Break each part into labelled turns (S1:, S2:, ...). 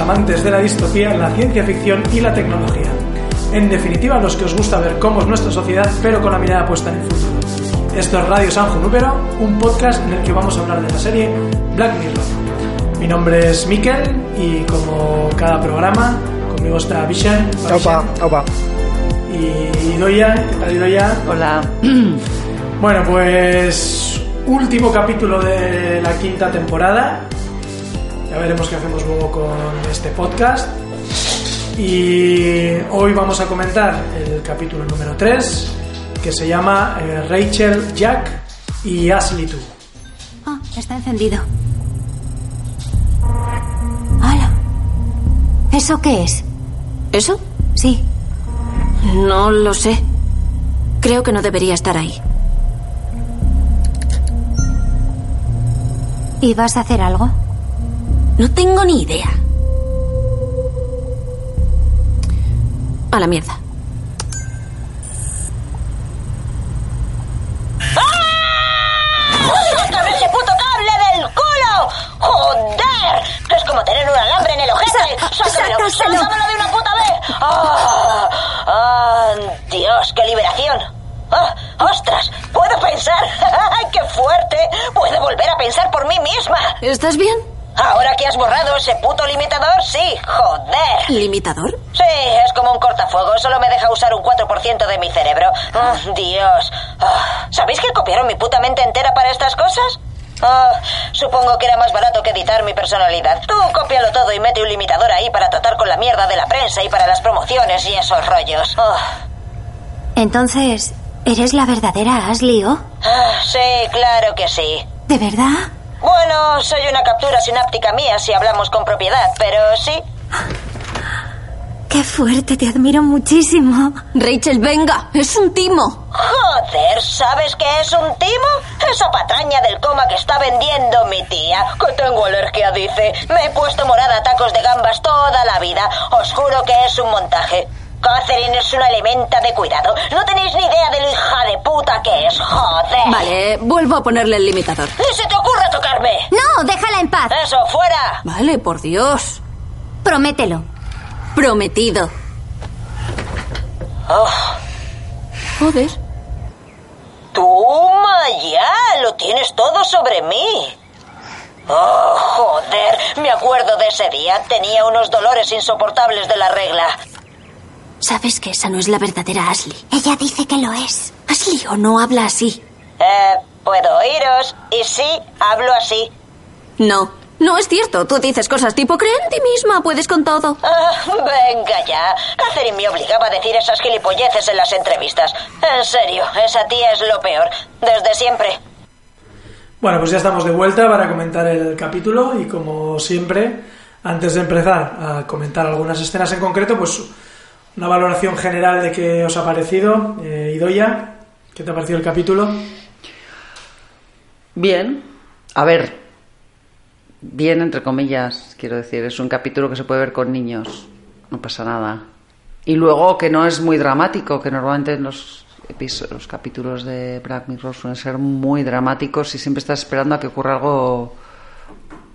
S1: amantes de la distopía, la ciencia ficción y la tecnología. En definitiva, los que os gusta ver cómo es nuestra sociedad, pero con la mirada puesta en el futuro. Esto es Radio San Junúpero, un podcast en el que vamos a hablar de la serie Black Mirror. Mi nombre es Mikel y como cada programa, conmigo está Vishen.
S2: Opa, opa.
S1: Y Idoya, ¿qué tal Idoya?
S3: Hola.
S1: Bueno, pues último capítulo de la quinta temporada. Ya veremos qué hacemos luego con este podcast. Y hoy vamos a comentar el capítulo número 3, que se llama eh, Rachel, Jack y Ashley 2.
S4: Ah, está encendido. ¡Hala! ¿Eso qué es?
S3: ¿Eso?
S4: Sí.
S3: No lo sé. Creo que no debería estar ahí.
S4: ¿Y vas a hacer algo?
S3: No tengo ni idea. A la mierda.
S5: ¡Otra vez el puto cable del culo! ¡Joder! Es como tener un alambre en el ojete.
S4: sácaselo.
S5: ¡Sácamelo! ¡Sácamelo de una puta vez! ¡Ah! ¡Ah! ¡Dios, qué liberación! ¡Ah! ¡Ostras! ¡Puedo pensar! ¡Ay, qué fuerte! ¡Puedo volver a pensar por mí misma!
S3: ¿Estás bien?
S5: Ahora que has borrado ese puto limitador, sí, joder.
S3: ¿Limitador?
S5: Sí, es como un cortafuegos, solo me deja usar un 4% de mi cerebro. Ah, Dios. Ah, ¿Sabéis que copiaron mi puta mente entera para estas cosas? Ah, supongo que era más barato que editar mi personalidad. Tú cópialo todo y mete un limitador ahí para tratar con la mierda de la prensa y para las promociones y esos rollos. Ah,
S4: Entonces, ¿eres la verdadera Ashley O?
S5: ah, sí, claro que sí.
S4: ¿De verdad?
S5: Bueno, soy una captura sináptica mía si hablamos con propiedad, pero sí.
S4: ¡Qué fuerte! Te admiro muchísimo.
S3: Rachel, venga, es un timo.
S5: Joder, ¿sabes qué es un timo? Esa patraña del coma que está vendiendo mi tía. Que tengo alergia, dice. Me he puesto morada a tacos de gambas toda la vida. Os juro que es un montaje. Catherine es una elementa de cuidado. No tenéis ni idea de lo hija de puta que es, joder.
S3: Vale, vuelvo a ponerle el limitador.
S5: ¡Ni se te ocurra tocarme!
S4: ¡No! ¡Déjala en paz!
S5: ¡Eso, fuera!
S3: Vale, por Dios.
S4: Promételo.
S3: Prometido.
S5: Oh,
S3: Joder.
S5: toma ya, lo tienes todo sobre mí. Oh, joder, me acuerdo de ese día. Tenía unos dolores insoportables de la regla.
S3: Sabes que esa no es la verdadera Ashley.
S4: Ella dice que lo es.
S3: Ashley o no habla así.
S5: Eh, puedo oíros. Y sí, hablo así.
S3: No. No es cierto. Tú dices cosas tipo, cree en ti misma, puedes con todo.
S5: Ah, venga ya. Catherine me obligaba a decir esas gilipolleces en las entrevistas. En serio, esa tía es lo peor. Desde siempre.
S1: Bueno, pues ya estamos de vuelta para comentar el capítulo y como siempre, antes de empezar a comentar algunas escenas en concreto, pues una valoración general de qué os ha parecido. Eh, Idoya, ¿qué te ha parecido el capítulo?
S6: Bien. A ver. Bien, entre comillas, quiero decir. Es un capítulo que se puede ver con niños. No pasa nada. Y luego que no es muy dramático, que normalmente los, episo- los capítulos de Black Mirror suelen ser muy dramáticos y siempre estás esperando a que ocurra algo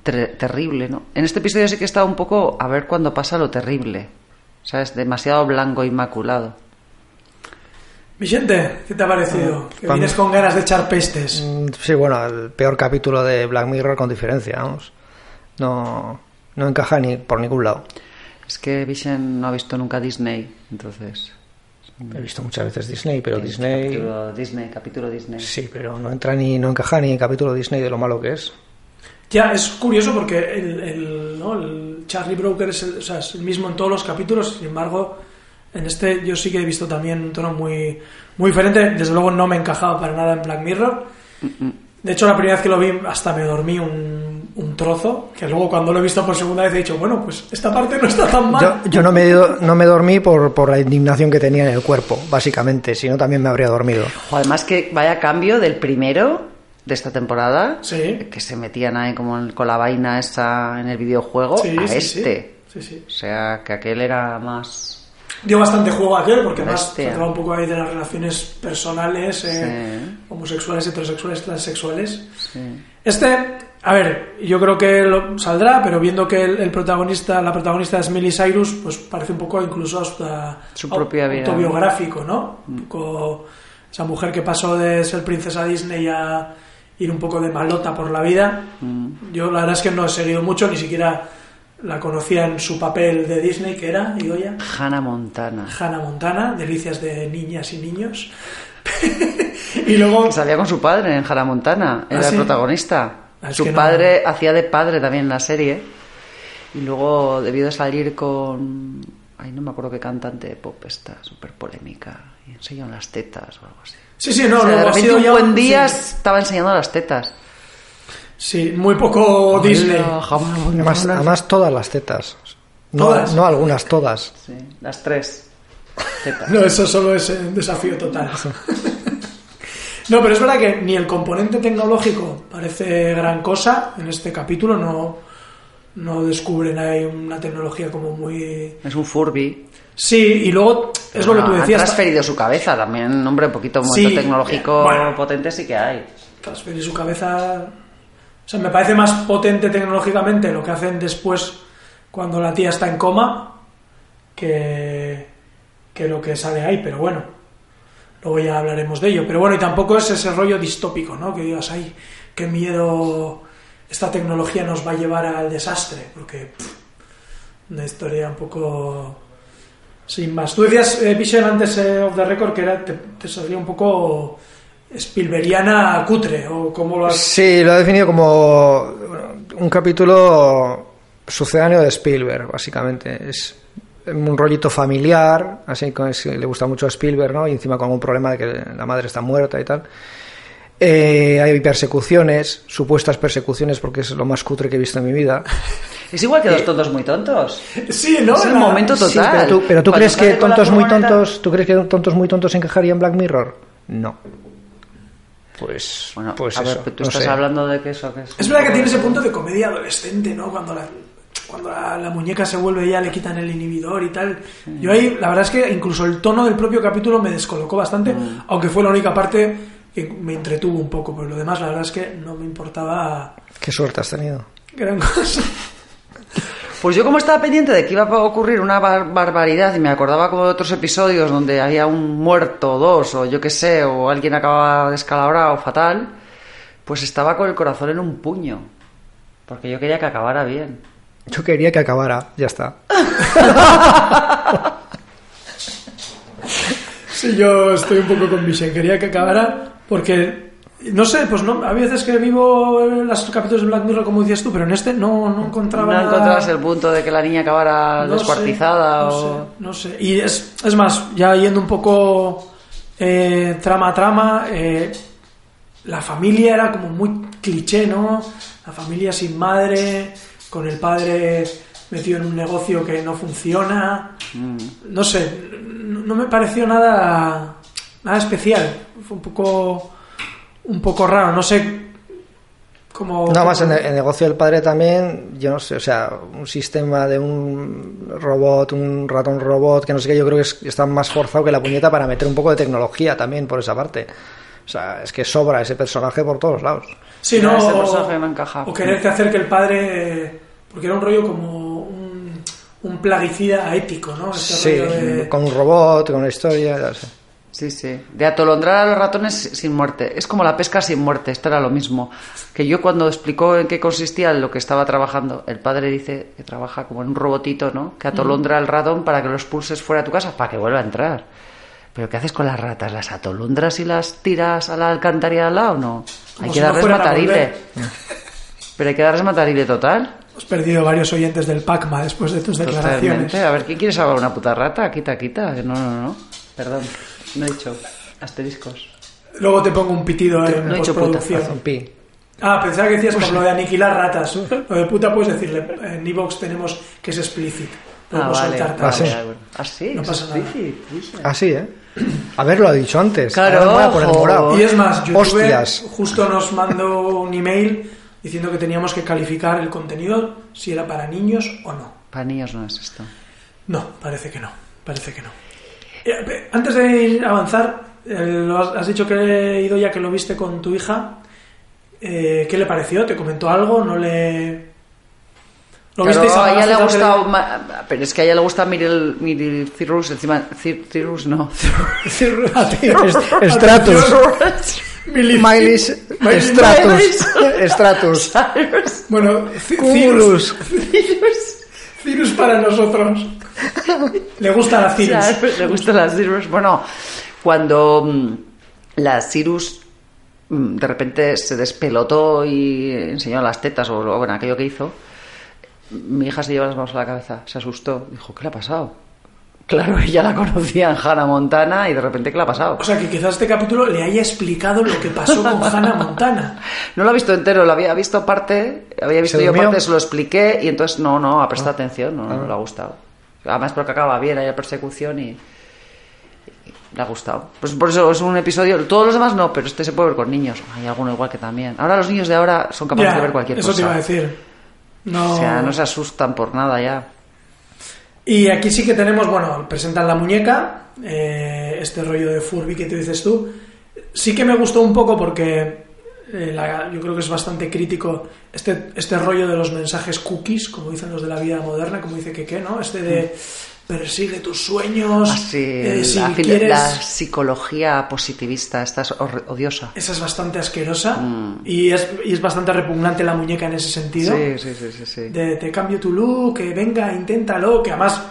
S6: tre- terrible, ¿no? En este episodio sí que está un poco a ver cuándo pasa lo terrible. ¿Sabes? Demasiado blanco, inmaculado.
S1: Vicente, ¿qué te ha parecido? Que
S2: vamos.
S1: vienes con ganas de echar pestes.
S2: Mm, Sí, bueno, el peor capítulo de Black Mirror con diferencia, vamos. No, no encaja ni por ningún lado.
S6: Es que Vision no ha visto nunca Disney, entonces.
S2: He visto muchas veces Disney, pero Disney...
S6: Capítulo Disney, capítulo Disney.
S2: Sí, pero no entra ni, no encaja ni en capítulo Disney de lo malo que es.
S1: Ya, es curioso porque el, el, ¿no? el Charlie Broker es el, o sea, es el mismo en todos los capítulos, sin embargo, en este yo sí que he visto también un tono muy, muy diferente. Desde luego no me encajaba para nada en Black Mirror. De hecho, la primera vez que lo vi hasta me dormí un, un trozo, que luego cuando lo he visto por segunda vez he dicho, bueno, pues esta parte no está tan mal.
S2: Yo, yo no, me, do- no me dormí por, por la indignación que tenía en el cuerpo, básicamente, si no también me habría dormido.
S6: Ojo, Además que vaya cambio del primero de esta temporada,
S1: Sí.
S6: que se metían ahí como en- con la vaina esa en el videojuego,
S1: Sí,
S6: a
S1: sí, sí.
S6: este.
S1: Sí, sí.
S6: O sea, que aquel era más...
S1: Dio bastante juego aquel, porque además
S6: Bestia.
S1: trataba un poco ahí de las relaciones personales, eh,
S6: Sí.
S1: homosexuales, heterosexuales, transexuales.
S6: sí.
S1: Este, A ver, yo creo que lo- saldrá, pero viendo que el, el protagonista, la protagonista es Miley Cyrus, pues parece un poco incluso hasta
S6: Su propia vida. Mm.
S1: autobiográfico, ¿no? Un poco esa mujer que pasó de ser princesa Disney a ir un poco de malota por la vida.
S6: Mm.
S1: Yo la verdad es que no he seguido mucho, ni siquiera la conocía en su papel de Disney, que era, digo ya.
S6: Hannah Montana.
S1: Hannah Montana, Delicias de Niñas y Niños. y luego.
S6: Que salía con su padre en Hannah Montana, era
S1: ¿Ah, sí?
S6: el protagonista.
S1: Ah, es
S6: su
S1: que no-
S6: padre hacía de padre también en la serie. Y luego debió de salir con. Ay, no me acuerdo qué cantante de pop está, súper polémica. Y enseñó las tetas o algo así.
S1: Sí, sí, no,
S6: O sea, de
S1: luego ha
S6: repente
S1: sido
S6: un
S1: ya-
S6: buen día
S1: sí.
S6: estaba enseñando las tetas.
S1: Sí, muy poco Disney.
S6: Hola, Hannah Montana.
S2: Además, además todas las tetas. No,
S1: ¿Todas?
S2: no algunas, todas.
S6: Sí, las tres tetas.
S1: No, eso solo es eh, un desafío total. No, pero es verdad que ni el componente tecnológico parece gran cosa en este capítulo, no, no descubren ahí una tecnología como muy...
S6: Es un Furby.
S1: Sí, y luego es lo que tú
S6: Ah,
S1: decías...
S6: Ha transferido su cabeza también, hombre, un poquito un
S1: Sí,
S6: momento tecnológico
S1: bueno.
S6: potente sí que hay.
S1: transferir su cabeza. O sea, me parece más potente tecnológicamente lo que hacen después cuando la tía está en coma que, que lo que sale ahí, pero bueno. Luego ya hablaremos de ello. Pero bueno, y tampoco es ese rollo distópico, ¿no? Que digas, ay, qué miedo esta tecnología nos va a llevar al desastre, porque pff, una historia un poco sin más. Tú decías, eh, Michel, antes eh, of the record, que era, te, te salía un poco Spielbergiana cutre, o como lo has...
S2: Sí, lo he definido como un capítulo sucedáneo de Spielberg, básicamente. Es un rollito familiar, así que es- le gusta mucho a Spielberg, ¿no? Y encima con un problema de que la madre está muerta y tal. Eh, hay persecuciones, supuestas persecuciones, porque es lo más cutre que he visto en mi vida.
S6: Es igual que dos tontos muy tontos.
S1: Sí, ¿no?
S6: Es el
S1: La-
S6: momento total.
S2: Sí, pero tú, pero tú
S6: Cuando
S2: crees que
S6: sale con la
S2: tontos muy
S6: furgoneta-
S2: tontos, ¿tú crees que tontos muy tontos encajarían en Black Mirror? No. Pues,
S6: Bueno,
S2: pues
S6: a
S2: eso,
S6: ver, pero tú
S2: no
S6: estás
S2: sé.
S6: hablando de que eso que es.
S1: Es verdad que tiene ese punto de comedia adolescente, ¿no? Cuando la, cuando la, la muñeca se vuelve ya le quitan el inhibidor y tal. Yo ahí, la verdad es que incluso el tono del propio capítulo me descolocó bastante, aunque fue la única parte que me entretuvo un poco, pero lo demás la verdad es que no me importaba
S2: Qué suerte has tenido.
S1: gran cosa.
S6: Pues yo, como estaba pendiente de que iba a ocurrir una bar- barbaridad y me acordaba como de otros episodios donde había un muerto, o dos, o yo qué sé, o alguien acababa descalabrado, fatal, pues estaba con el corazón en un puño. Porque yo quería que acabara bien.
S2: Yo quería que acabara, ya está.
S1: Oh. Sí, yo estoy un poco con Vicen. Quería que acabara porque, no sé, pues no, a veces que vivo en los capítulos de Black Mirror, como dices tú, pero en este no, no encontraba
S6: No
S1: nada-
S6: encontrabas el punto de que la niña acabara
S1: No sé,
S6: descuartizada
S1: no
S6: o.
S1: sé, no sé. Y es, es más, ya yendo un poco eh, trama a trama, eh, la familia era como muy cliché, ¿no? La familia sin madre, con el padre metido en un negocio que no funciona.
S6: Mm.
S1: No sé, no no me pareció nada, nada especial. Fue un poco, un poco raro, no sé. Como,
S2: Nada más en el, el negocio del padre también, yo no sé, o sea, un sistema de un robot, un ratón robot, que no sé qué, yo creo que es- está más forzado que la puñeta para meter un poco de tecnología también por esa parte. O sea, es que sobra ese personaje por todos lados.
S1: Sí,
S6: Ya,
S1: no,
S6: ese
S1: o-
S6: personaje no encaja.
S1: O quererte hacer que el padre. Porque era un rollo como un, un plaguicida ético, ¿no? Este
S2: Sí,
S1: rollo de-
S2: con un robot, con una historia, ya sé.
S6: Sí, sí. De atolondrar a los ratones sin muerte. Es como la pesca sin muerte. Esto era lo mismo. Que yo cuando explicó en qué consistía lo que estaba trabajando, el padre dice que trabaja como en un robotito, ¿no? Que atolondra al ratón para que lo expulses fuera de tu casa, para que vuelva a entrar. Pero ¿qué haces con las ratas? ¿Las atolondras y las tiras a la alcantarilla de al lado o no?
S1: Como
S6: Hay
S1: si
S6: que
S1: no
S6: darles
S1: fueran a
S6: matarile.
S1: volver.
S6: Pero hay que darles matarile total.
S1: Hemos perdido varios oyentes del PACMA después de tus declaraciones.
S6: Totalmente. A ver, ¿quién quiere salvar una puta rata? Quita, quita. No, no, no. Perdón. No he dicho asteriscos.
S1: Luego te pongo un pitido en
S6: No he hecho Pues
S1: postproducción.
S6: puta.
S2: Pi.
S1: Ah, pensaba que decías por lo de aniquilar ratas. Lo de puta puedes decirle. En Evox tenemos que es explícito. Podemos soltar
S2: Ah,
S1: tal.
S2: sí.
S6: Así,
S1: No pasa nada.
S2: Así, ¿eh? Haberlo dicho antes.
S6: Claro,
S2: Ahora me voy a poner
S6: ojo.
S2: morado.
S1: Y es más, YouTube
S2: Hostias.
S1: justo nos mandó un email diciendo que teníamos que calificar el contenido si era para niños o no.
S6: Para niños no es esto.
S1: No, parece que no, parece que no. Eh, pe- Antes de ir a avanzar, eh, lo has has dicho que he ido ya que lo viste con tu hija. Eh, eh, ¿qué le pareció? ¿Te comentó algo? ¿No le...? ¿Lo
S6: Claro,
S1: visteis
S6: a ella
S1: alguna
S6: le ha
S1: vez en la
S6: gustado ma- pero es que a ella le gusta Miril, Miril Cyrus, encima Cir- Cyrus no.
S1: tele? A ti.
S2: Es- Stratus.
S1: Miley.
S2: Miley
S1: Miley
S2: Stratus. Stratus.
S6: Cyrus.
S1: Bueno, Ci- Cirus.
S2: Cumulus.
S1: Cirus para nosotros. Le gusta la
S6: O sea,
S1: Cirus.
S6: le gustan las Cyrus. Bueno, cuando mm, la Cyrus mm, de repente se despelotó y enseñó las tetas o o, bueno, aquello que hizo, mi hija se llevó las manos a la cabeza, se asustó, dijo, ¿qué le ha pasado? Claro, ella la conocía en Hannah Montana y de repente, ¿qué le ha pasado?
S1: O sea, que quizás este capítulo le haya explicado lo que pasó con Hannah Montana.
S6: No lo ha visto entero, lo había visto parte, había visto yo
S2: durmió?
S6: parte, se lo expliqué y entonces no, no, ha
S1: Ah.
S6: prestado atención, no, no, le ha gustado. Además porque acaba bien, hay la persecución y, y le ha gustado. Pues por eso es un episodio, todos los demás no, pero este se puede ver con niños, hay alguno igual que también. Ahora los niños de ahora son capaces
S1: Ya,
S6: de ver cualquier
S1: eso
S6: cosa.
S1: te iba a decir. No.
S6: O sea, no se asustan por nada ya.
S1: Y aquí sí que tenemos, bueno, presentan la muñeca, eh, este rollo de Furby que te dices tú. Sí que me gustó un poco porque eh, la- yo creo que es bastante crítico este, este rollo de los mensajes cookies, como dicen los de la vida moderna, como dice que qué, ¿no? Este de persigue tus sueños,
S6: Así,
S1: eh, si
S6: Mm. Ah, la, fil-
S1: quieres...
S6: la psicología positivista, esta es hor- odiosa.
S1: Esa es bastante asquerosa y, es, y es bastante repugnante la muñeca en ese sentido.
S6: Mm. Sí, sí, sí, sí, sí.
S1: de te cambio tu look, que venga, inténtalo, que además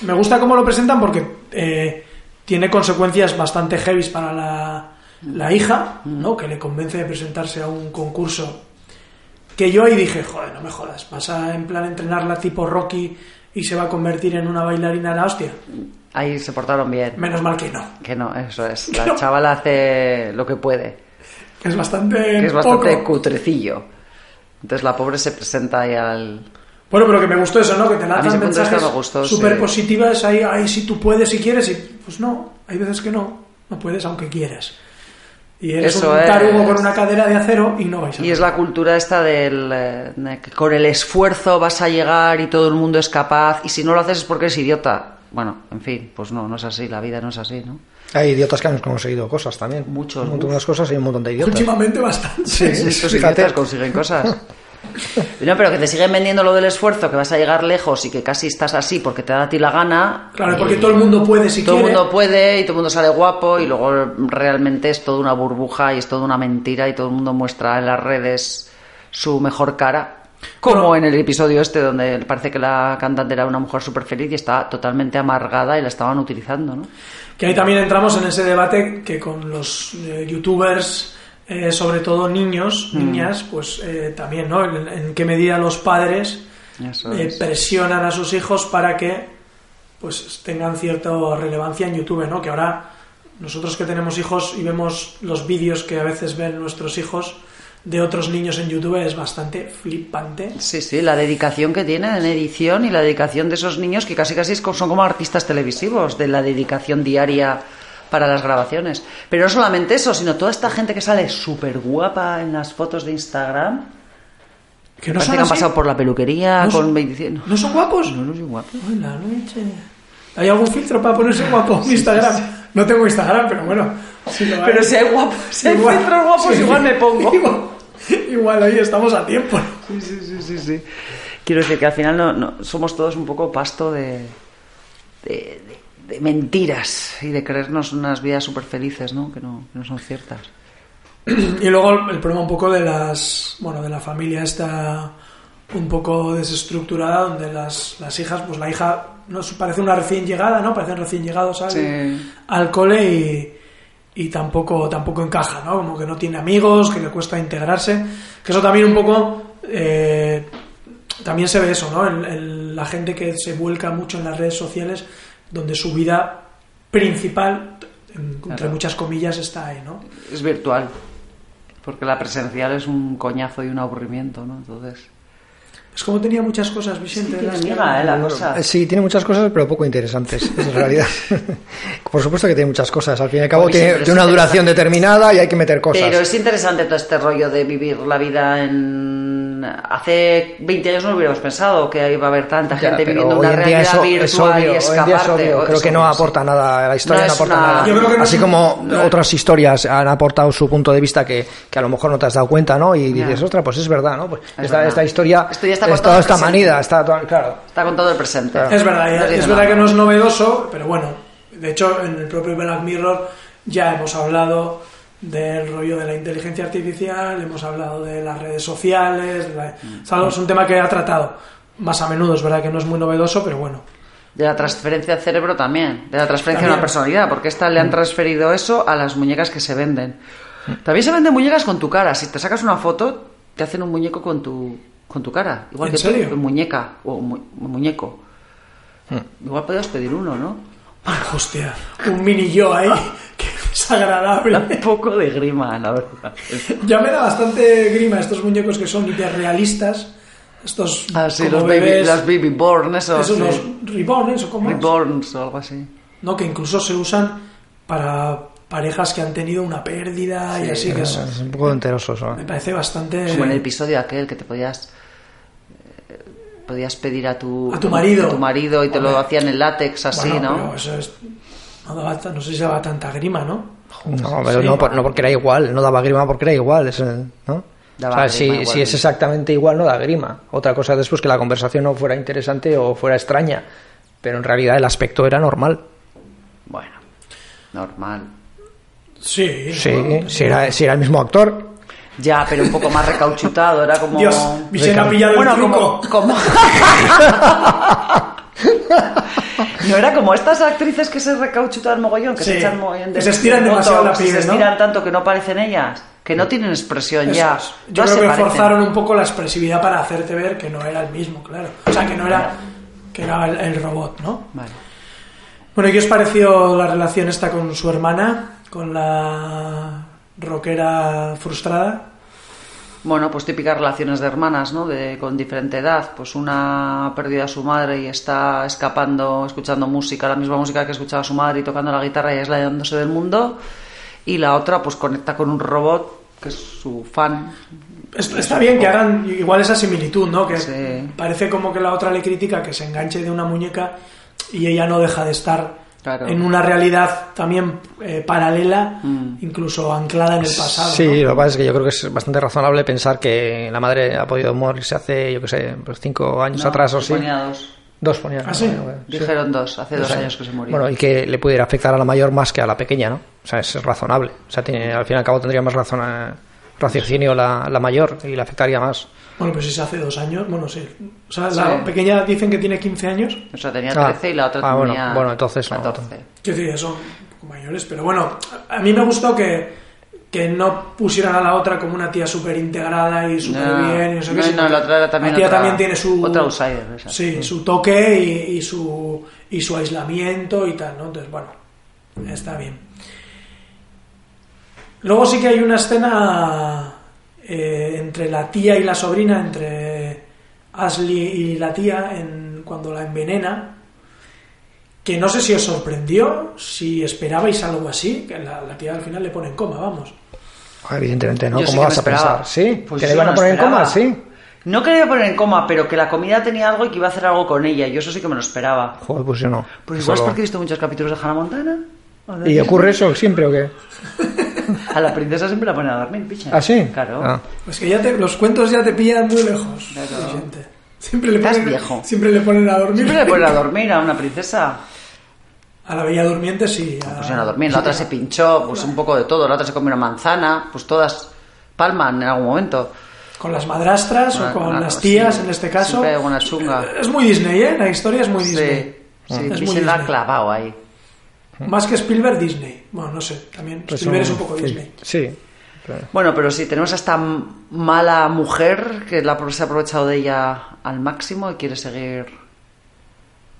S1: me gusta cómo lo presentan porque eh, tiene consecuencias bastante heavies para la, la hija,
S6: Mm.
S1: ¿no? Que le convence de presentarse a un concurso que yo ahí dije, joder, no me jodas, vas a en plan entrenarla tipo Rocky y se va a convertir en una bailarina la hostia.
S6: Ahí se portaron bien.
S1: Menos mal que no.
S6: Que no, eso es. La chavala hace lo que puede,
S1: Que es bastante
S6: que es bastante
S1: poco.
S6: cutrecillo. Entonces la pobre se presenta ahí al...
S1: Bueno, pero que me gustó eso, ¿no? Que te
S6: ese
S1: lanzan
S6: punto de vista
S1: mensajes
S6: me gustó, sí.
S1: súper positivas ahí, ahí si tú puedes, si quieres, y pues no, hay veces que no, no puedes aunque quieras. Y eres
S6: Eso
S1: un tarugo
S6: es.
S1: con una cadera de acero y no vais a
S6: Y es la cultura esta del... eh, de que con el esfuerzo vas a llegar y todo el mundo es capaz y si no lo haces es porque eres idiota. Bueno, en fin, pues no, no es así, la vida no es así, ¿no?
S2: Hay idiotas que han conseguido cosas también.
S6: Muchos,
S2: Un montón de cosas y un montón de idiotas.
S1: Últimamente bastante.
S6: Estos
S2: fíjate.
S6: idiotas consiguen cosas. No, pero que te siguen vendiendo lo del esfuerzo, que vas a llegar lejos y que casi estás así porque te da a ti la gana.
S1: Claro, porque
S6: y-
S1: todo el mundo puede si
S6: todo el
S1: quiere.
S6: mundo puede y todo el mundo sale guapo y luego realmente es toda una burbuja y es toda una mentira y todo el mundo muestra en las redes su mejor cara. Como en el episodio este donde parece que la cantante era una mujer súper feliz y está totalmente amargada y la estaban utilizando, ¿no?
S1: Que ahí también entramos en ese debate que con los eh, youtubers, eh, sobre todo niños,
S6: Mm.
S1: niñas, pues eh, también, ¿no? En, en qué medida los padres
S6: Eso
S1: eh,
S6: es.
S1: presionan a sus hijos para que pues tengan cierta relevancia en YouTube, ¿no? Que ahora nosotros que tenemos hijos y vemos los vídeos que a veces ven nuestros hijos de otros niños en YouTube es bastante flipante.
S6: Sí, sí, la dedicación que tiene en edición y la dedicación de esos niños que casi casi es co- son como artistas televisivos, de la dedicación diaria para las grabaciones. Pero no solamente eso, sino toda esta gente que sale súper guapa en las fotos de Instagram.
S1: Que no
S6: Parece
S1: son
S6: que han
S1: así.
S6: pasado por la peluquería
S1: No
S6: con
S1: son-
S6: 25.
S1: ¿No son guapos?
S6: No, no soy guapo.
S1: Ay, la noche. ¿Hay algún filtro para ponerse guapo en Instagram? No tengo Instagram, pero bueno. si lo hay.
S6: Pero si hay guapos, si hay
S1: Igual-
S6: filtros guapos,
S1: sí.
S6: igual me pongo.
S1: Igual, igual ahí estamos a tiempo.
S6: Sí, sí, sí, sí, sí. Quiero decir que al final no, no- somos todos un poco pasto de, de, de- de mentiras y de creernos unas vidas súper felices, ¿no? Que, ¿no? que no son ciertas.
S1: Y luego el el problema un poco de las. Bueno, de la familia está un poco desestructurada, donde las, las hijas, pues la hija nos parece una recién llegada, ¿no? Parecen recién llegados al,
S6: Sí.
S1: al cole y, y tampoco, tampoco encaja, ¿no? Como que no tiene amigos, que le cuesta integrarse. Que eso también un poco. eh, también se ve eso, ¿no? El- el- la gente que se vuelca mucho en las redes sociales, donde su vida principal, en- entre
S6: Claro.
S1: muchas comillas, está ahí, ¿no?
S6: Es virtual. Porque la presencial es un coñazo y un aburrimiento, ¿no? Entonces.
S1: Es como tenía muchas cosas, Vicente. de las que-
S6: ¿eh? La cosa.
S2: Eh, Sí, tiene muchas cosas, pero poco interesantes, en realidad. Por supuesto que tiene muchas cosas. Al fin y al cabo,
S6: Oye,
S2: tiene,
S6: pero es
S2: tiene una
S6: interesante.
S2: duración determinada y hay que meter cosas.
S6: Pero es interesante todo este rollo de vivir la vida en hace 20 años no hubiéramos pensado que iba a haber tanta
S2: Ya,
S6: gente
S2: pero
S6: viviendo
S2: hoy
S6: una
S2: en día
S6: realidad
S2: es o- es
S6: virtual
S2: obvio, hoy
S6: y
S2: en día es
S6: escaparte.
S2: obvio.
S6: o-
S2: Creo
S6: es
S2: que no
S6: obvía,
S2: aporta nada, la historia no,
S6: No es
S2: aporta
S6: una-
S2: nada.
S1: Yo creo que no
S2: Así
S1: es-
S2: como
S1: no.
S2: otras historias han aportado su punto de vista que, que a lo mejor no te has dado cuenta, ¿no? Y
S6: Ya.
S2: dices, ostras, pues es verdad, ¿no? Pues esta,
S6: verdad.
S2: esta historia
S6: Esto ya está
S2: es-
S6: por
S2: toda
S6: todo
S2: esta
S6: presente.
S2: manida, está toda- claro.
S6: sí. Está con todo el presente.
S2: Claro.
S1: Es verdad,
S6: No tiene
S1: es
S6: nada.
S1: verdad que no es novedoso, pero bueno, de hecho en el propio Black Mirror ya hemos hablado del rollo de la inteligencia artificial, hemos hablado de las redes sociales, de la-
S6: Mm.
S1: es algo- es un tema que ha tratado más a menudo, es verdad que no es muy novedoso, pero bueno.
S6: De la transferencia al cerebro también, de la transferencia a
S1: También.
S6: una personalidad, porque esta
S2: Mm.
S6: le han transferido eso a las muñecas que se venden. También se venden muñecas con tu cara. Si te sacas una foto, te hacen un muñeco con tu, con tu cara. Igual
S1: ¿En
S6: que
S1: serio?
S6: tú, muñeca o mu- muñeco.
S2: Hmm.
S6: Igual podrías pedir uno, ¿no?
S1: Hostia, un mini yo ahí, que es agradable.
S6: Da un poco de grima, la verdad.
S1: Ya me da bastante grima estos muñecos que son hiperrealistas, estos
S6: Ah, sí,
S1: como
S6: los baby,
S1: bebés,
S6: las baby born, eso.
S1: esos
S6: sí.
S1: los reborn, ¿eh? ¿Eso cómo es?
S6: Reborns o algo así.
S1: ¿no? que incluso se usan para parejas que han tenido una pérdida y así que es-
S2: Es un poco enteroso eso.
S1: me
S2: ¿eh?
S1: parece bastante
S6: Como en el episodio aquel que te podías eh, podías pedir a tu
S1: A tu marido.
S6: a tu marido y te lo hacían en látex así,
S1: Bueno,
S6: ¿no?
S1: pero eso es- no, daba ta- no sé si daba tanta grima no
S2: No, pero no, por- no porque era igual, no daba grima porque era igual, es el- ¿no?
S6: Daba
S2: o sea,
S6: grima
S2: si,
S6: igual.
S2: si es exactamente igual, no da grima. Otra cosa después que la conversación no fuera interesante o fuera extraña, pero en realidad el aspecto era normal.
S6: Bueno, normal.
S1: sí
S2: Sí,
S1: bueno.
S2: si era, si era el mismo actor.
S6: Ya, pero un poco más recauchutado, era como
S1: Dios Vicente ha pillado
S6: bueno,
S1: el truco
S6: como, como- No era como estas actrices que se recauchutan mogollón, que se
S1: Sí.
S6: echan mogollón de
S1: Que se estiran demasiado la
S6: botox,
S1: piel,
S6: se
S1: ¿no?
S6: estiran tanto que no parecen ellas, que no tienen expresión
S1: Eso
S6: ya.
S1: es. yo
S6: Todas
S1: creo
S6: se
S1: que
S6: parecen.
S1: forzaron un poco la expresividad para hacerte ver que no era el mismo claro o sea que no era que era el, el robot no
S6: Vale.
S1: bueno y qué os pareció la relación esta con su hermana con la rockera frustrada
S6: Bueno, pues típicas relaciones de hermanas, ¿no? De, con diferente edad. Pues una ha perdido a su madre y está escapando, escuchando música, la misma música que escuchaba su madre y tocando la guitarra y aislándose del mundo. Y la otra, pues conecta con un robot que es su fan.
S1: Est- Está bien que hagan igual esa similitud, ¿no? Que
S6: Sí.
S1: parece como que la otra le critica que se enganche de una muñeca y ella no deja de estar
S6: Claro.
S1: en una realidad también eh, paralela,
S6: Mm.
S1: incluso anclada en el pasado.
S2: Sí,
S1: ¿no?
S2: lo que pasa es que yo creo que es bastante razonable pensar que la madre ha podido morirse hace, yo qué sé, pues cinco años
S6: No,
S2: atrás o sí.
S6: ponía dos.
S2: Dos ponía.
S1: ¿Ah, sí?
S2: Bueno, sí.
S6: Dijeron dos, hace dos años que se murió.
S2: Bueno, y que le pudiera afectar a la mayor más que a la pequeña, ¿no? O sea, es razonable. O sea, tiene- al fin y al cabo tendría más razón, eh, raciocinio la, la mayor y le afectaría más.
S1: Bueno, pues si se hace dos años, bueno, sí. O sea,
S6: Sí.
S1: la pequeña dicen que tiene 15 años.
S6: o sea, tenía
S2: Ah.
S6: 13 y la otra
S2: Ah, bueno,
S6: tenía
S2: bueno, entonces no.
S6: 14.
S1: Quiero decir, ya son un poco mayores, pero bueno, a a mí me gustó que, que no pusieran a la otra como una tía súper integrada y súper bien. Y no, sé
S6: no,
S1: qué, sino
S6: no,
S1: que
S6: la otra era también
S1: La tía
S6: otra-
S1: también tiene su.
S6: otra outsider, esa.
S1: Sí, su toque y, y su, y su aislamiento y tal, ¿no? Entonces, bueno, está bien. Luego sí que hay una escena eh, entre la tía y la sobrina, entre Ashley y la tía, en, cuando la envenena que no sé si os sorprendió, si esperabais algo así, que la, la tía al final le pone en coma, vamos.
S2: Ah, Evidentemente, ¿no?
S6: Yo sí
S2: ¿Cómo
S6: que
S2: vas
S6: me
S2: a pensar?
S6: esperaba.
S2: Sí,
S6: Pues
S2: que
S6: yo
S2: le iban
S6: me
S2: a poner en
S6: esperaba.
S2: coma, sí.
S6: No que le iba a poner en coma, pero que la comida tenía algo y que iba a hacer algo con ella. Yo eso sí que me lo esperaba.
S2: Joder, pues yo no.
S6: Pues
S2: Eso
S6: igual es
S2: lo-
S6: porque he visto muchos capítulos de Hannah Montana. O de
S2: ¿Y
S6: Disney.
S2: ocurre eso siempre o qué?
S6: A la princesa siempre la ponen a dormir, picha.
S2: ¿Ah, sí?
S6: Claro.
S2: Ah.
S1: Pues que ya te, los cuentos ya te pillan muy lejos.
S6: Claro.
S1: Vicente. Siempre le
S6: Estás
S1: ponen,
S6: viejo.
S1: Siempre le ponen a dormir.
S6: Siempre la ponen a dormir a una princesa.
S1: A la bella durmiente sí. A,
S6: Pues a dormir. La otra se pinchó, pues un poco de todo. La otra se comió una manzana. Pues todas palman en algún momento.
S1: Con las madrastras
S6: Una-
S1: o con
S6: una-
S1: las tías
S6: sí,
S1: en este caso.
S6: siempre alguna chunga.
S1: Es muy Disney, ¿eh? La historia es muy
S6: Sí.
S1: Disney. Ah.
S6: Sí,
S1: Es
S6: y
S1: muy
S6: se la ha
S1: Disney.
S6: clavado ahí.
S1: Más que Spielberg, Disney. Bueno, no sé, también.
S2: Pues
S1: Spielberg es
S2: no,
S1: un poco
S2: sí,
S1: Disney.
S2: Sí.
S6: Bueno, pero sí, tenemos a esta m- mala mujer que la, se ha aprovechado de ella al máximo y quiere seguir.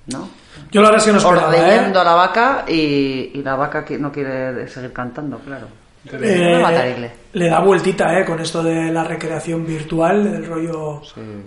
S6: ¿No?
S1: Yo la verdad es que no esperaba, ¿eh?
S6: Ordeñando a la vaca y, y la vaca que no quiere seguir cantando, claro.
S1: Eh,
S6: No matarile.
S1: le da vueltita, ¿eh? Con esto de la recreación virtual, del rollo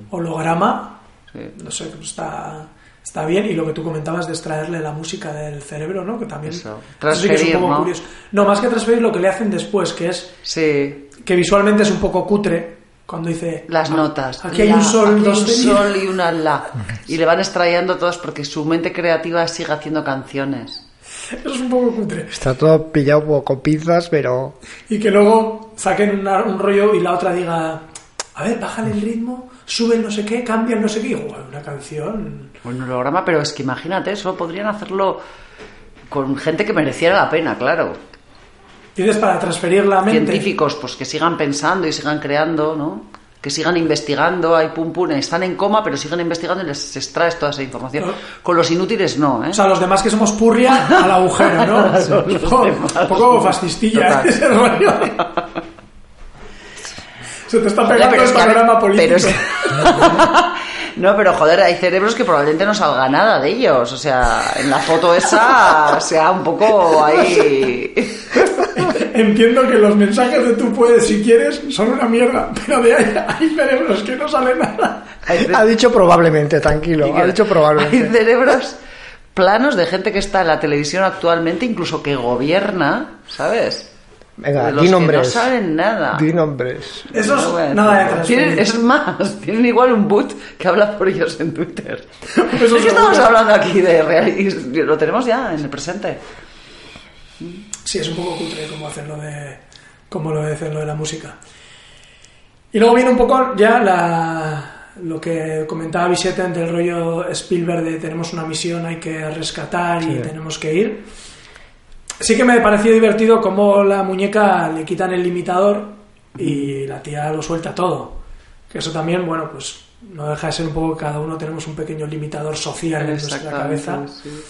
S1: holograma.
S6: Sí.
S1: No sé, pues está, está bien. Y lo que tú comentabas de extraerle la música del cerebro, ¿no? Que también...
S6: Eso.
S1: eso sí que es un
S6: Transferir,
S1: poco
S6: ¿no?
S1: curioso. No, más que transferir lo que le hacen después, que es
S6: Sí,
S1: que visualmente es un poco cutre, Cuando dice.
S6: Las
S1: "Ah,
S6: notas.
S1: Aquí hay
S6: La,
S1: un sol,
S6: aquí hay
S1: dos
S6: un
S1: de-
S6: sol y una la. Y le van extrayendo todos porque su mente creativa sigue haciendo canciones.
S1: Eso es un poco cutre.
S2: Está todo pillado po- con pinzas, pero
S1: Y que luego saquen una- un rollo y la otra diga. A ver, bájale el ritmo, sube el no sé qué, cambia el no sé qué. Y digo, "Guau, una canción.
S6: Un holograma, pero es que imagínate, solo podrían hacerlo con gente que mereciera la pena, claro.
S1: Tienes para transferir la mente.
S6: Científicos, pues que sigan pensando y sigan creando, ¿no? Que sigan investigando, hay pum pum, están en coma, pero siguen investigando y les extraes toda esa información.
S1: Claro.
S6: Con los inútiles no, ¿eh?
S1: O sea, los demás que somos purria al agujero, ¿no?
S6: Son
S1: Un
S6: los
S1: poco-
S6: demás.
S1: un poco fascistilla
S6: Total.
S1: ¿eh? ese rollo. Se te está
S6: Joder,
S1: pegando el
S6: es que a ver-
S1: panorama político.
S6: pero es que- no, pero joder, hay cerebros que probablemente no salga nada de ellos. O sea, en la foto esa sea un poco ahí.
S1: Entiendo que los mensajes de tú puedes si quieres son una mierda, pero de ahí hay cerebros que no sale nada.
S6: Hay cere-
S2: ha dicho probablemente, tranquilo, ha dicho
S6: Hay
S2: probablemente.
S6: cerebros planos de gente que está en la televisión actualmente, incluso que gobierna, ¿sabes?
S2: Venga,
S6: De los
S2: di
S6: que
S2: nombres.
S6: no saben nada.
S2: Di nombres.
S1: Eso
S6: No voy a
S1: es
S6: decir
S1: nada de
S6: nada. Tienen-
S1: transferir.
S6: es más, tienen igual un boot que habla por ellos en Twitter.
S1: Eso
S6: es que
S1: seguro.
S6: estamos hablando aquí de realismo. Lo tenemos ya en el presente.
S1: Sí, es un poco cutre como hacer lo de, como lo de, hacer lo de la música. Y luego viene un poco ya la, lo que comentaba Bisete entre el rollo Spielberg de tenemos una misión, hay que rescatar y tenemos que ir. Sí que me pareció divertido cómo la muñeca le quitan el limitador y la tía lo suelta todo. Que eso también, bueno, pues no deja de ser un poco que cada uno tenemos un pequeño limitador social en nuestra
S6: Exactamente,
S1: pues, cabeza.
S6: sí.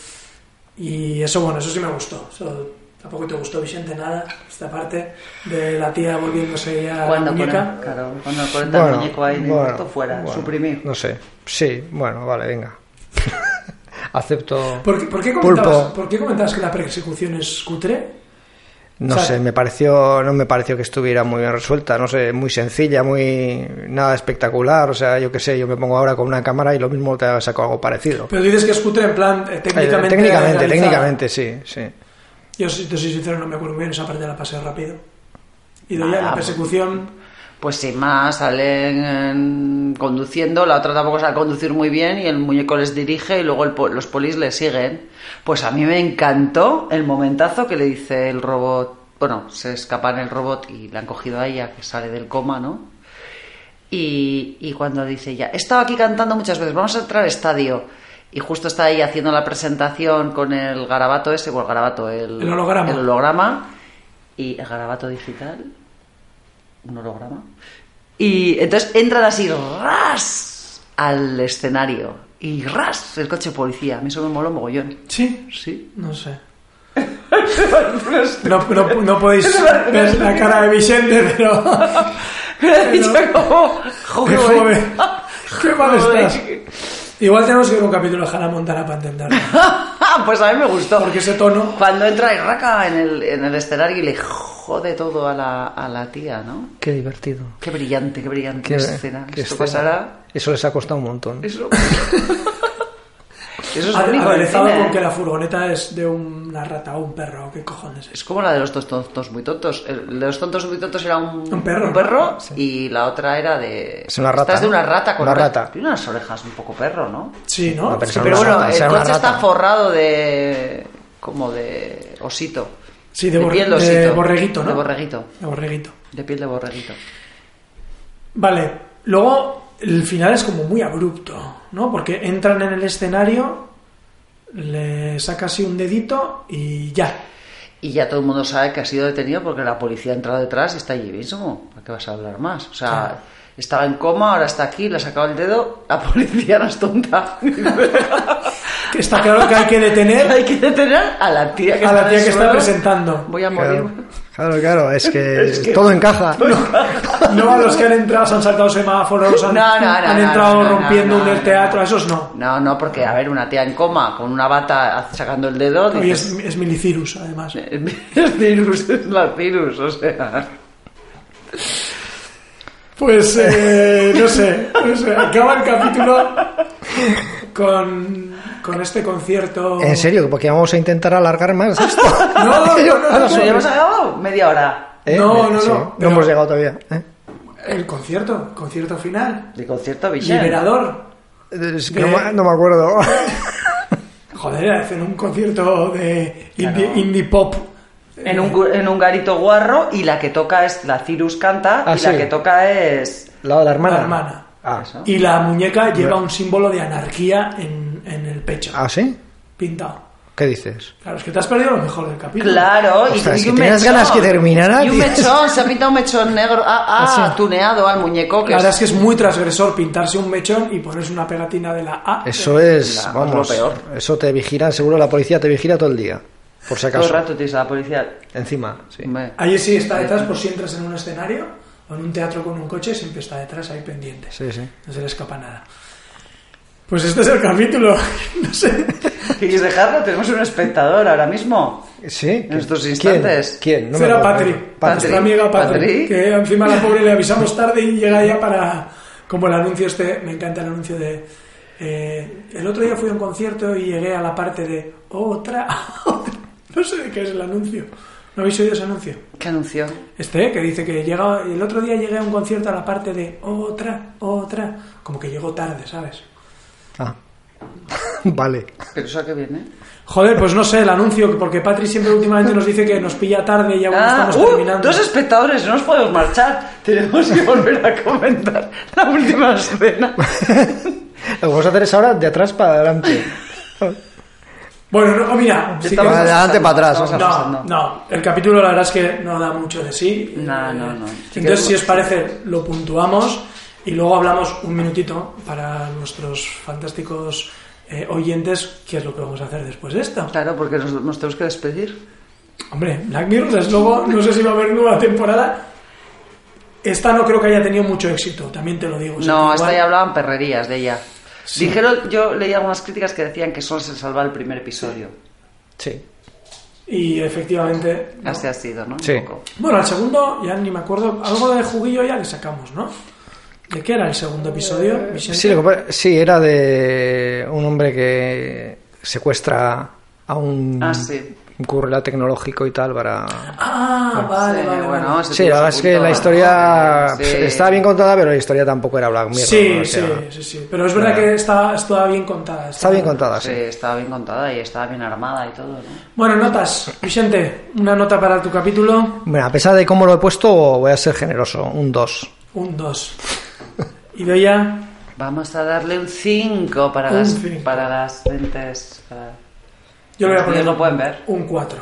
S1: Y eso, bueno, eso sí me gustó. Eso tampoco te gustó, Vicente, nada, esta parte de la tía volviéndose ya a la
S6: Cuando
S1: muñeca.
S6: ponen, claro, cuando ponen el muñeco ahí de
S2: bueno,
S6: esto fuera,
S2: bueno,
S6: suprimir.
S2: No sé. Sí, bueno, vale, venga. Acepto.
S1: ¿Por, qué- por qué
S2: Pulpo.
S1: comentabas, ¿Por qué comentabas que la persecución es cutre?
S2: No
S1: O sea-
S2: sé, me pareció, no me pareció que estuviera muy bien resuelta, no sé, muy sencilla, muy nada espectacular, o sea, yo qué sé, yo me pongo ahora con una cámara y lo mismo te saco algo parecido.
S1: Pero dices que es cutre en plan eh, técnicamente.
S2: Eh, técnicamente,
S1: realizada.
S2: técnicamente, sí, sí.
S1: Yo, si te soy sincero, no me acuerdo muy bien, esa parte la pasé rápido. Y de
S6: Nada,
S2: Ah,
S1: ya la
S6: pues.
S1: persecución.
S6: Pues sin más, salen eh, conduciendo, la otra tampoco sabe conducir muy bien y el muñeco les dirige y luego el po- los polis le siguen. Pues a mí me encantó el momentazo que le dice el robot, bueno, se escapan el robot y la han cogido a ella, que sale del coma, ¿no? Y, y cuando dice ella, he estado aquí cantando muchas veces, vamos a entrar al estadio. Y justo está ahí haciendo la presentación con el garabato ese, o el garabato, el,
S1: El holograma.
S6: El holograma y el garabato digital, un holograma. Y entonces entran así, ras, al escenario. Y ras, el coche de policía. A mí eso me moló mogollón.
S1: Sí,
S6: Sí.
S1: no sé. No, no, no podéis ver la cara de Vicente, pero.
S6: Me lo he dicho como,
S1: Qué
S6: joder.
S1: joven. Qué mal
S6: Joder.
S1: estás. Igual tenemos que ver un capítulo de Hannah Montana para entenderlo.
S6: pues a mí me gustó.
S1: Porque ese tono.
S6: Cuando entra y raca en el, en el escenario y le jode todo a la, a la tía, ¿no?
S2: Qué divertido.
S6: Qué brillante, qué brillante escena. Esto pasará.
S2: Eso les ha costado un montón.
S6: Eso. Eso es lo único del
S1: Aderezado
S6: cine,
S1: con
S6: ¿eh?
S1: que la furgoneta es de una rata o un perro, ¿qué cojones es?
S6: Es como la de los dos tontos muy tontos. El de los tontos muy tontos era un,
S1: Un perro, ¿no?
S6: y la otra era de.
S2: Es una rata,
S6: Esta es de
S2: ¿no?
S6: una rata con
S2: Una
S6: orejas.
S2: rata.
S6: Tiene unas orejas un poco perro, ¿no?
S1: Sí, ¿no?
S2: No, pero
S1: Sí,
S2: son
S6: Pero
S2: Una
S6: bueno,
S2: rata,
S6: el
S2: será una
S6: coche está
S2: rata.
S6: forrado de. como de osito.
S1: Sí, de, borre-
S6: piel
S1: de
S6: osito.
S1: borreguito, ¿no?
S6: De borreguito.
S1: De borreguito.
S6: De piel de borreguito.
S1: Vale, luego el final es como muy abrupto, ¿no? Porque entran en el escenario, le saca así un dedito y ya.
S6: Y ya todo el mundo sabe que ha sido detenido porque la policía ha entrado detrás y está allí mismo. ¿Para qué vas a hablar más? O sea,
S1: Claro.
S6: estaba en coma, ahora está aquí, le ha sacado el dedo. La policía no es tonta.
S1: Que Está claro que hay que detener
S6: Hay que detener a la tía que,
S1: a
S6: está,
S1: la
S6: en
S1: tía
S6: el
S1: que está
S6: suelo.
S1: presentando,
S6: Voy a morir.
S2: Claro, claro, claro, es que, todo encaja.
S1: no a los que han entrado, se han saltado semáforos, han,
S6: No, no, no,
S1: han
S6: no,
S1: entrado
S6: no, no,
S1: rompiendo
S6: no,
S1: un
S6: no.
S1: teatro, a esos no.
S6: No, no, porque a ver, una tía en coma con una bata sacando el dedo.
S1: Y es,
S6: Dices,
S1: es Milicirus, además.
S6: es virus, es la virus, o sea.
S1: Pues eh, no sé, no sé, acaba el capítulo con, con este concierto.
S2: En serio, porque vamos a intentar alargar más esto.
S1: No, no, no, no,
S2: Ah,
S6: ¿Lo
S1: no,
S6: llevamos acabado? Media hora.
S1: No, no, no,
S2: ¿Eh? sí,
S1: pero-
S2: hemos llegado todavía. ¿eh?
S1: El concierto, concierto final.
S6: De concierto Villar.
S1: Liberador.
S2: Es que
S1: De-
S2: no, me- no me acuerdo.
S1: Joder, hacer un concierto de indie, indie pop.
S6: En un, gu- en un garito guarro y la que toca es la Cirus canta
S2: Ah,
S6: y la
S2: sí.
S6: que toca es
S2: ¿La de la hermana?
S1: La hermana.
S2: Ah,
S6: Eso.
S1: Y la muñeca lleva un símbolo de anarquía en, en el pecho.
S2: ¿Ah, sí?
S1: Pintado.
S2: ¿Qué dices?
S1: Claro, es que te has perdido lo mejor del capítulo.
S6: Claro, y-
S2: Ostras,
S6: y,
S2: si
S6: un
S2: tenías
S6: mechón.
S2: ganas que terminara,
S6: Y un
S2: tío.
S6: mechón, se ha pintado un mechón negro. Ah, ah,
S2: Así.
S6: tuneado al muñeco. Que
S1: La verdad
S6: es,
S1: es que es muy transgresor pintarse un mechón y ponerse una pegatina de Ah, la A.
S2: Eso es,
S6: La-
S2: vamos,
S6: lo peor.
S2: eso te vigila, seguro la policía te vigila todo el día, por si
S6: todo el
S2: acaso.
S6: rato tienes a la policía.
S2: Encima, sí.
S6: Hombre.
S1: Allí sí está detrás, por si entras en un escenario o en un teatro con un coche, siempre está detrás, ahí pendiente.
S2: Sí, sí.
S1: No se le escapa nada. Pues este es el capítulo. No sé.
S6: ¿Quieres dejarlo? Tenemos un espectador ahora mismo.
S2: ¿Sí? ¿En
S6: estos instantes?
S2: ¿Quién? No me
S1: Será
S2: acuerdo.
S1: Patri,
S6: Patri.
S1: nuestra amiga Patri,
S6: Patri.
S1: que encima a la pobre le avisamos tarde y llega ya para, como el anuncio este, me encanta el anuncio de, eh, el otro día fui a un concierto y llegué a la parte de otra, no sé de qué es el anuncio, ¿no habéis oído ese anuncio?
S6: ¿Qué anunció?
S1: Este, que dice que llega, el otro día llegué a un concierto a la parte de otra, otra, como que llegó tarde, ¿sabes?
S2: Ah. vale.
S6: Pero eso a qué viene.
S1: Joder, pues no sé el anuncio, porque Patri siempre últimamente nos dice que nos pilla tarde y aún no
S6: Ah,
S1: estamos
S6: ¡uh!
S1: terminando.
S6: dos espectadores, no nos podemos marchar. Tenemos que volver a comentar la última escena.
S2: Lo que vamos a hacer es ahora de atrás para adelante.
S1: Bueno, no, oh, mira, sí que-
S2: Para adelante, para atrás.
S6: Estamos
S2: vamos.
S1: No,
S6: pasando.
S1: no, el capítulo la verdad es que no da mucho de sí.
S6: No,
S1: Eh,
S6: no, no.
S1: Entonces, si os parece, lo puntuamos y luego hablamos un minutito para nuestros fantásticos eh, oyentes qué es lo que vamos a hacer después de esto.
S6: Claro, porque nos, nos tenemos que despedir.
S1: Hombre, Black Mirror, desde luego, no sé si va a haber nueva temporada. Esta no creo que haya tenido mucho éxito, también te lo digo. O sea,
S6: No,
S1: que
S6: hasta
S1: Pues igual-
S6: ya hablaban perrerías de ella. Dijeron, yo leí algunas críticas que decían que solo se salvaba el primer episodio.
S2: Sí.
S1: Y efectivamente. ¿no?
S6: Así ha sido, ¿no? Un
S2: Sí.
S6: poco.
S1: Bueno, al segundo, ya ni me acuerdo, algo de juguillo ya le sacamos, ¿no? ¿De qué era el segundo episodio? Vicente?
S2: Eh, Sí, lo que pasa- sí, era de un hombre que secuestra a un,
S6: Ah, sí.
S2: un currela tecnológico y tal para...
S1: Ah, vale,
S6: Sí,
S1: vale, vale.
S6: bueno, ese
S2: Sí,
S6: tiene
S2: la
S6: su
S2: verdad es que
S6: punto,
S2: la
S6: ¿no?
S2: historia
S6: Sí.
S2: pf, estaba bien contada, pero la historia tampoco era Black Mirror.
S1: Sí,
S2: o
S1: sí,
S2: sea,
S1: sí, sí. Pero es verdad que está, está bien contada.
S2: Está bien contada,
S6: Sí,
S2: sí.
S6: estaba bien contada y estaba bien armada y todo, ¿no?
S1: Bueno, notas. Vicente, una nota para tu capítulo.
S2: Bueno, a pesar de cómo lo he puesto, voy a ser generoso. Un 2.
S1: Un 2. Y Doya,
S6: Vamos a darle un 5 para,
S1: Un
S6: las,
S1: cinco.
S6: para las lentes. para-
S1: yo le voy a
S6: Los
S1: poner.
S6: niños lo pueden ver.
S1: Un 4.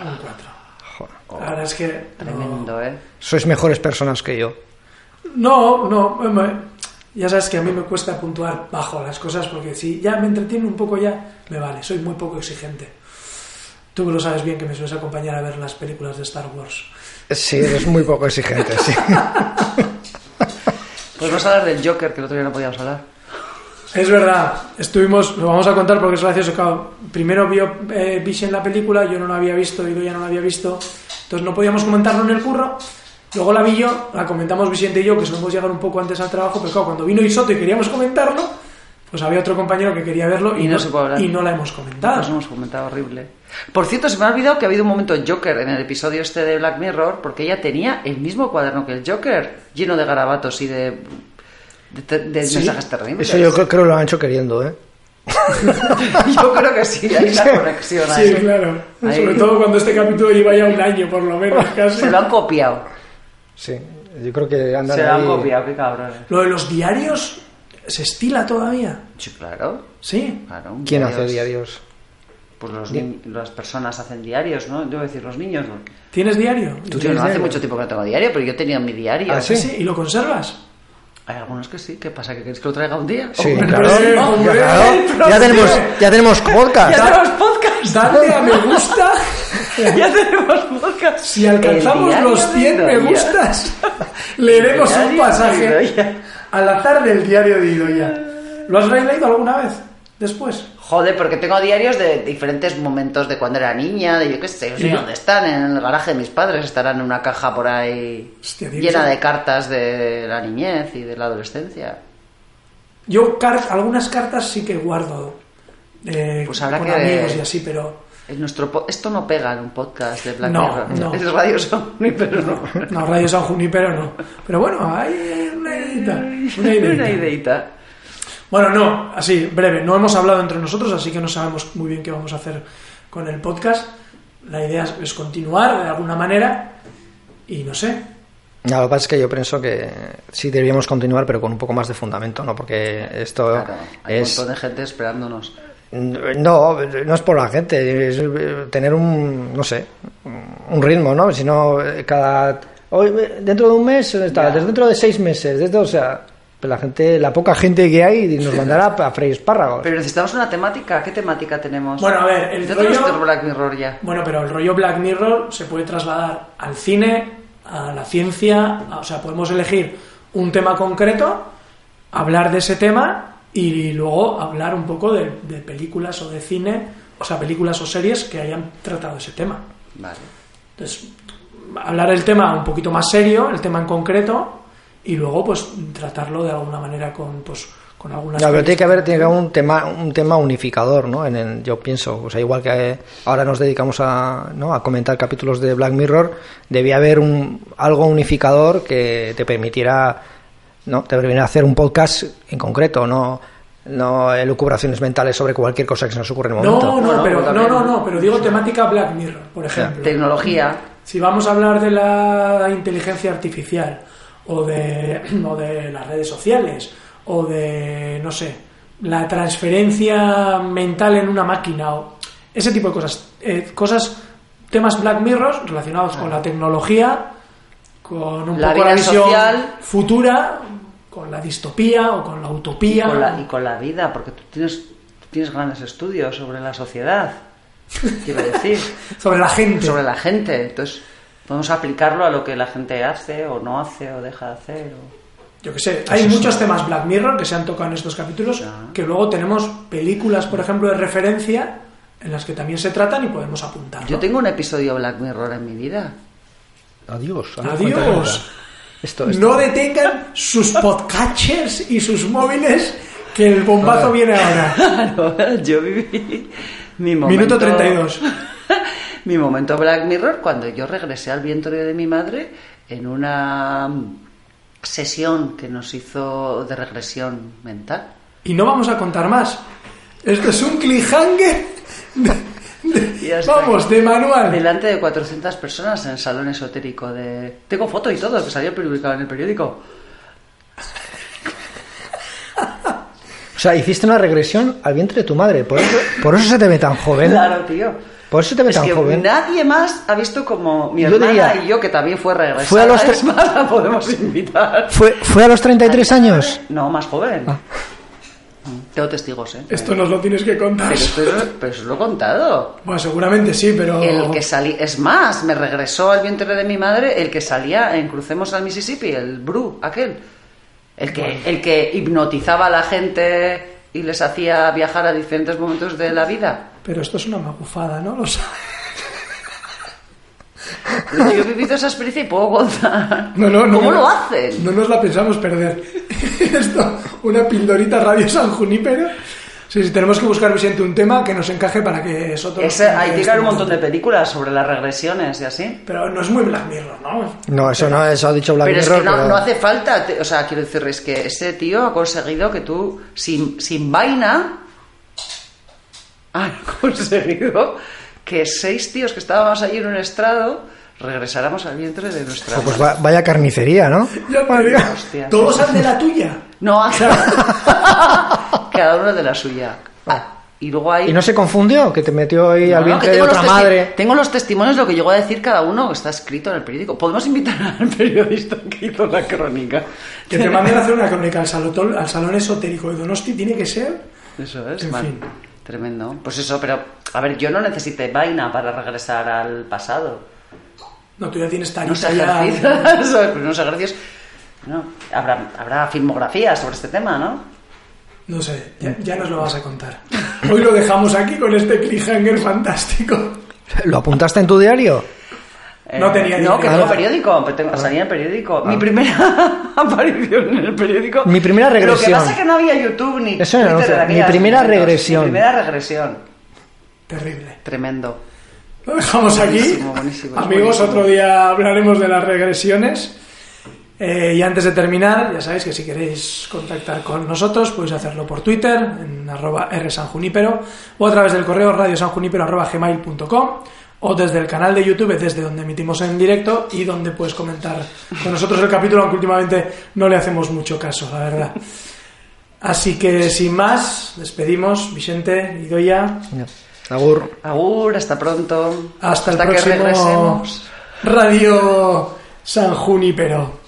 S1: Un 4. La verdad es que. No,
S6: Tremendo, ¿eh?
S2: Sois mejores personas que yo.
S1: no, no, em, eh, Ya sabes que a mí me cuesta puntuar bajo las cosas porque si ya me entretiene un poco, ya me vale. Soy muy poco exigente. Tú lo sabes bien que me sueles acompañar a ver las películas de Star Wars.
S2: Sí, eres muy poco exigente, sí.
S6: Pues vamos a hablar del Joker, que el otro día no podíamos hablar.
S1: Es verdad, estuvimos, lo vamos a contar porque es gracioso. claro, primero vio eh, Vision la película, yo no la había visto, Ido ya no la había visto, entonces no podíamos comentarlo en el curro. Luego la vi yo, la comentamos Vicente y yo, que solemos llegar un poco antes al trabajo, pero claro, cuando vino Isoto y queríamos comentarlo, pues había otro compañero que quería verlo y,
S6: Y no se puede hablar. Pues
S1: y no la hemos
S6: Nos
S1: comentado.
S6: hemos comentado horrible. Por cierto, se me ha olvidado que ha habido un momento Joker en el episodio este de Black Mirror, porque ella tenía el mismo cuaderno que el Joker, lleno de garabatos y de, de, te- de mensajes terribles.
S2: Eso yo creo, creo que lo han hecho queriendo, ¿eh?
S6: Yo creo que sí, hay una conexión ahí.
S1: Sí, claro.
S6: Ahí.
S1: Sobre todo cuando este capítulo lleva ya un año, por lo menos, casi.
S6: Se lo han copiado.
S2: Sí, yo creo que andan
S6: Se lo han
S2: ahí-
S6: copiado, qué cabrones.
S1: Lo de los diarios se estila todavía,
S6: Sí, claro.
S1: ¿sí?
S6: claro un
S2: ¿Quién
S6: diario
S2: hace
S6: es-
S2: diarios?
S6: Pues los ni- las personas hacen diarios, ¿no? Debo decir, los niños. ¿no?
S1: ¿Tienes diario?
S6: Yo
S2: tienes
S6: no hace
S2: diario?
S6: mucho tiempo que no tengo diario, pero yo tenía mi diario.
S2: Ah, ¿sí?
S1: ¿Y lo conservas?
S6: Hay algunos que sí. ¿Qué pasa? ¿Que queréis que lo traiga un día?
S2: Sí,
S6: Hombre,
S2: claro.
S1: hombre,
S2: Ya,
S1: hombre,
S2: claro. Ya tenemos, ya tenemos podcast.
S6: Ya tenemos podcast.
S1: Dale a me gusta.
S6: ya tenemos podcast.
S1: Si alcanzamos
S6: El
S1: los
S6: diario
S1: 100
S6: de
S1: me
S6: Idoia.
S1: gustas, leeremos
S6: El
S1: un
S6: diario de
S1: pasaje
S6: Idoia.
S1: al azar del diario de Idoya. ¿Lo has releído alguna vez? Después.
S6: Joder, porque tengo diarios de diferentes momentos de cuando era niña, de yo qué sé, no sé
S1: Y-
S6: dónde están, en el garaje de mis padres, estarán en una caja por ahí
S1: Hostia, tío,
S6: llena
S1: sí.
S6: de cartas de la niñez y de la adolescencia.
S1: Yo car- algunas cartas sí que guardo. eh,
S6: Pues habrá
S1: con
S6: que-
S1: amigos y así, pero
S6: En nuestro po- Esto no pega en un podcast de Black
S1: No,
S6: Mirror.
S1: no.
S6: Es Radio Sony, pero no.
S1: No, Radio San Junípero no. Pero bueno, hay una ideita. Una
S6: Una
S1: ideita.
S6: ideita.
S1: Bueno, no, así, breve. No hemos hablado entre nosotros, así que no sabemos muy bien qué vamos a hacer con el podcast. La idea es, es continuar de alguna manera y no sé.
S2: No, lo que pasa es que yo pienso que sí deberíamos continuar, pero con un poco más de fundamento, ¿no? Porque esto
S6: Claro, hay
S2: es...
S6: un montón de gente esperándonos.
S2: No, no es por la gente, es eh, tener un, no sé, un ritmo, ¿no? Si no, eh, cada... Hoy, eh, dentro de un mes, eh, tal,
S6: Ya.
S2: dentro de seis meses, dentro, o sea, pues la gente, la poca gente que hay nos mandará a freír espárragos.
S6: Pero necesitamos una temática. ¿Qué temática tenemos?
S1: Bueno, a ver, el
S6: Yo
S1: rollo-
S6: tengo este Black Mirror ya.
S1: Bueno, pero el rollo Black Mirror se puede trasladar al cine, a la ciencia, a- o sea, podemos elegir un tema concreto, hablar de ese tema y luego hablar un poco de, de películas o de cine, o sea, películas o series que hayan tratado ese tema.
S6: Vale.
S1: Entonces, hablar el tema un poquito más serio, el tema en concreto, y luego pues tratarlo de alguna manera con pues con algunas
S2: No, pero tiene que haber,
S1: películas.
S2: tiene que haber un tema, un tema unificador, ¿no? En el- yo pienso, o sea, igual que eh, ahora nos dedicamos a, ¿no? a comentar capítulos de Black Mirror, debía haber un, algo unificador que te permitiera, ¿no? Te permitiera hacer un podcast en concreto, no, no elucubraciones mentales sobre cualquier cosa que se nos ocurre en el
S1: No,
S2: momento.
S1: no,
S6: Bueno,
S1: pero
S6: pues
S1: no,
S6: también-
S1: no, no, pero digo temática Black Mirror, por ejemplo.
S6: Tecnología.
S1: Si vamos a hablar de la inteligencia artificial o de, o de las redes sociales o de, no sé, la transferencia mental en una máquina o ese tipo de cosas, eh, cosas, temas Black Mirrors relacionados con la tecnología, con un
S6: La
S1: poco la
S6: vida
S1: visión
S6: social.
S1: futura, con la distopía o con la
S6: Y
S1: utopía.
S6: con, la, y con la vida, porque tú tienes, tú tienes grandes estudios sobre la sociedad. Quiero decir.
S1: Sobre la gente.
S6: sobre la gente. Entonces, podemos aplicarlo a lo que la gente hace o no hace o deja de hacer. o-
S1: Yo que
S6: Pues
S1: sé, hay muchos temas Black Mirror que se han tocado en estos capítulos, que luego tenemos películas, por ejemplo, de referencia en las que también se tratan y podemos apuntar.
S6: Yo tengo un episodio Black Mirror en mi vida.
S2: Adiós. a ver cuántas
S1: Adiós.
S2: horas. Esto, esto.
S1: No detengan sus podcatchers y sus móviles, que el bombazo viene ahora.
S6: Claro, yo viví mi
S1: Minuto
S6: momento...
S1: 32.
S6: mi momento Black Mirror cuando yo regresé al vientre de mi madre en una sesión que nos hizo de regresión mental.
S1: Y no vamos a contar más. Esto es un cliffhanger. de- de-
S6: Y hasta
S1: vamos,
S6: aquí.
S1: de manual.
S6: Delante de 400 personas en el salón esotérico de... Tengo foto y todo, que salió publicado en el periódico.
S2: O sea, hiciste una regresión al vientre de tu madre, por eso, por eso se te ve tan joven.
S6: Claro, tío.
S2: Por eso te ve
S6: Es
S2: tan
S6: que
S2: joven.
S6: nadie más ha visto como mi
S2: ¿eh? Yo
S6: hermana
S2: diría-
S6: y yo, que también fue regresada.
S2: Fue a los
S6: Es
S2: tres-
S6: más, la podemos invitar.
S2: ¿Fue, ¿Fue a los 33 años?
S6: No, más joven. Tengo testigos, ¿eh?
S1: Ah. Esto nos lo tienes que contar.
S6: Pero esto es- pero os lo he contado.
S1: Bueno, seguramente sí, pero...
S6: El que salí, es más, me regresó al vientre de mi madre el que salía en Crucemos al Mississippi, el Bru, aquel. El que, el que hipnotizaba a la gente y les hacía viajar a diferentes momentos de la vida.
S1: Pero esto es una magufada, ¿no? Lo sabes.
S6: Yo he vivido esa experiencia y puedo contar.
S1: No, no, no.
S6: ¿Cómo
S1: no,
S6: lo hacen?
S1: No nos la pensamos perder. Esto, una pildorita Radio San Junípero. Sí, sí, tenemos que buscar, Vicente, un tema que nos encaje para que Soto... nos
S6: Ese-
S1: cuente
S6: hay que
S1: este
S6: crear un montón de películas sobre las regresiones y así.
S1: Pero no es muy Black Mirror, ¿no?
S2: No, eso no, eso ha dicho Black
S6: pero es
S2: Mirror,
S6: que no,
S2: pero-
S6: no hace falta, te- o sea, quiero decir, es que este tío ha conseguido que tú, sin, sin vaina, ha conseguido que seis tíos que estábamos allí en un estrado regresáramos al vientre de nuestra
S2: Jo, pues
S6: madre.
S2: va- vaya carnicería, ¿no?
S1: Ya te digo,
S6: Hostia.
S1: Todos hacen de la tuya.
S6: No, a cada, cada uno de la suya. Ah, y luego hay...
S2: ¿Y no se confundió? Que te metió ahí
S6: No,
S2: al
S6: no,
S2: vientre
S6: que
S2: de
S6: tengo
S2: otra
S6: los testi-
S2: madre.
S6: Tengo los testimonios de lo que llegó a decir cada uno que está escrito en el periódico. Podemos invitar al periodista que hizo la crónica.
S1: Que te manden a hacer una crónica al salón, al salón esotérico de Donosti tiene que ser...
S6: Eso es,
S1: En
S6: man.
S1: fin.
S6: Tremendo. Pues eso, pero a ver, yo no necesité vaina para regresar al pasado.
S1: No, tú ya tienes
S6: No sé
S1: tarita ya...
S6: ejercicios, ¿sabes? no sé ejercicios. No, habrá, habrá filmografía sobre este tema, ¿no?
S1: No sé, ya, ya nos lo vas a contar. Hoy lo dejamos aquí con este cliffhanger fantástico.
S2: ¿Lo apuntaste en tu diario?
S1: No tenía
S6: Eh, No, que
S1: dinero.
S6: tengo periódico, pero tengo, salía en el periódico. Mi primera aparición en el periódico.
S2: Mi primera
S6: Lo que
S2: regresión.
S6: pasa es que no había YouTube ni
S2: Eso era
S6: Twitter
S2: lo que-
S6: en
S2: mi
S6: aquellas
S2: primera
S6: momentos.
S2: regresión.
S6: Mi primera regresión.
S1: Terrible.
S6: Tremendo.
S1: Lo dejamos aquí.
S6: Buenísimo, buenísimo, es
S1: Amigos,
S6: buenísimo.
S1: otro día hablaremos de las regresiones. Eh, y antes de terminar, ya sabéis que si queréis contactar con nosotros, podéis hacerlo por Twitter, en arroba rsanjunípero, o a través del correo radiosanjunípero arroba gmail.com, o desde el canal de YouTube, desde donde emitimos en directo y donde puedes comentar con nosotros el capítulo, aunque últimamente no le hacemos mucho caso, la verdad. Así que sin más, despedimos, Vicente, Idoya.
S2: Venga, Agur.
S6: Agur, hasta pronto.
S1: Hasta el
S6: que
S1: próximo
S6: regresemos.
S1: Radio San Junípero.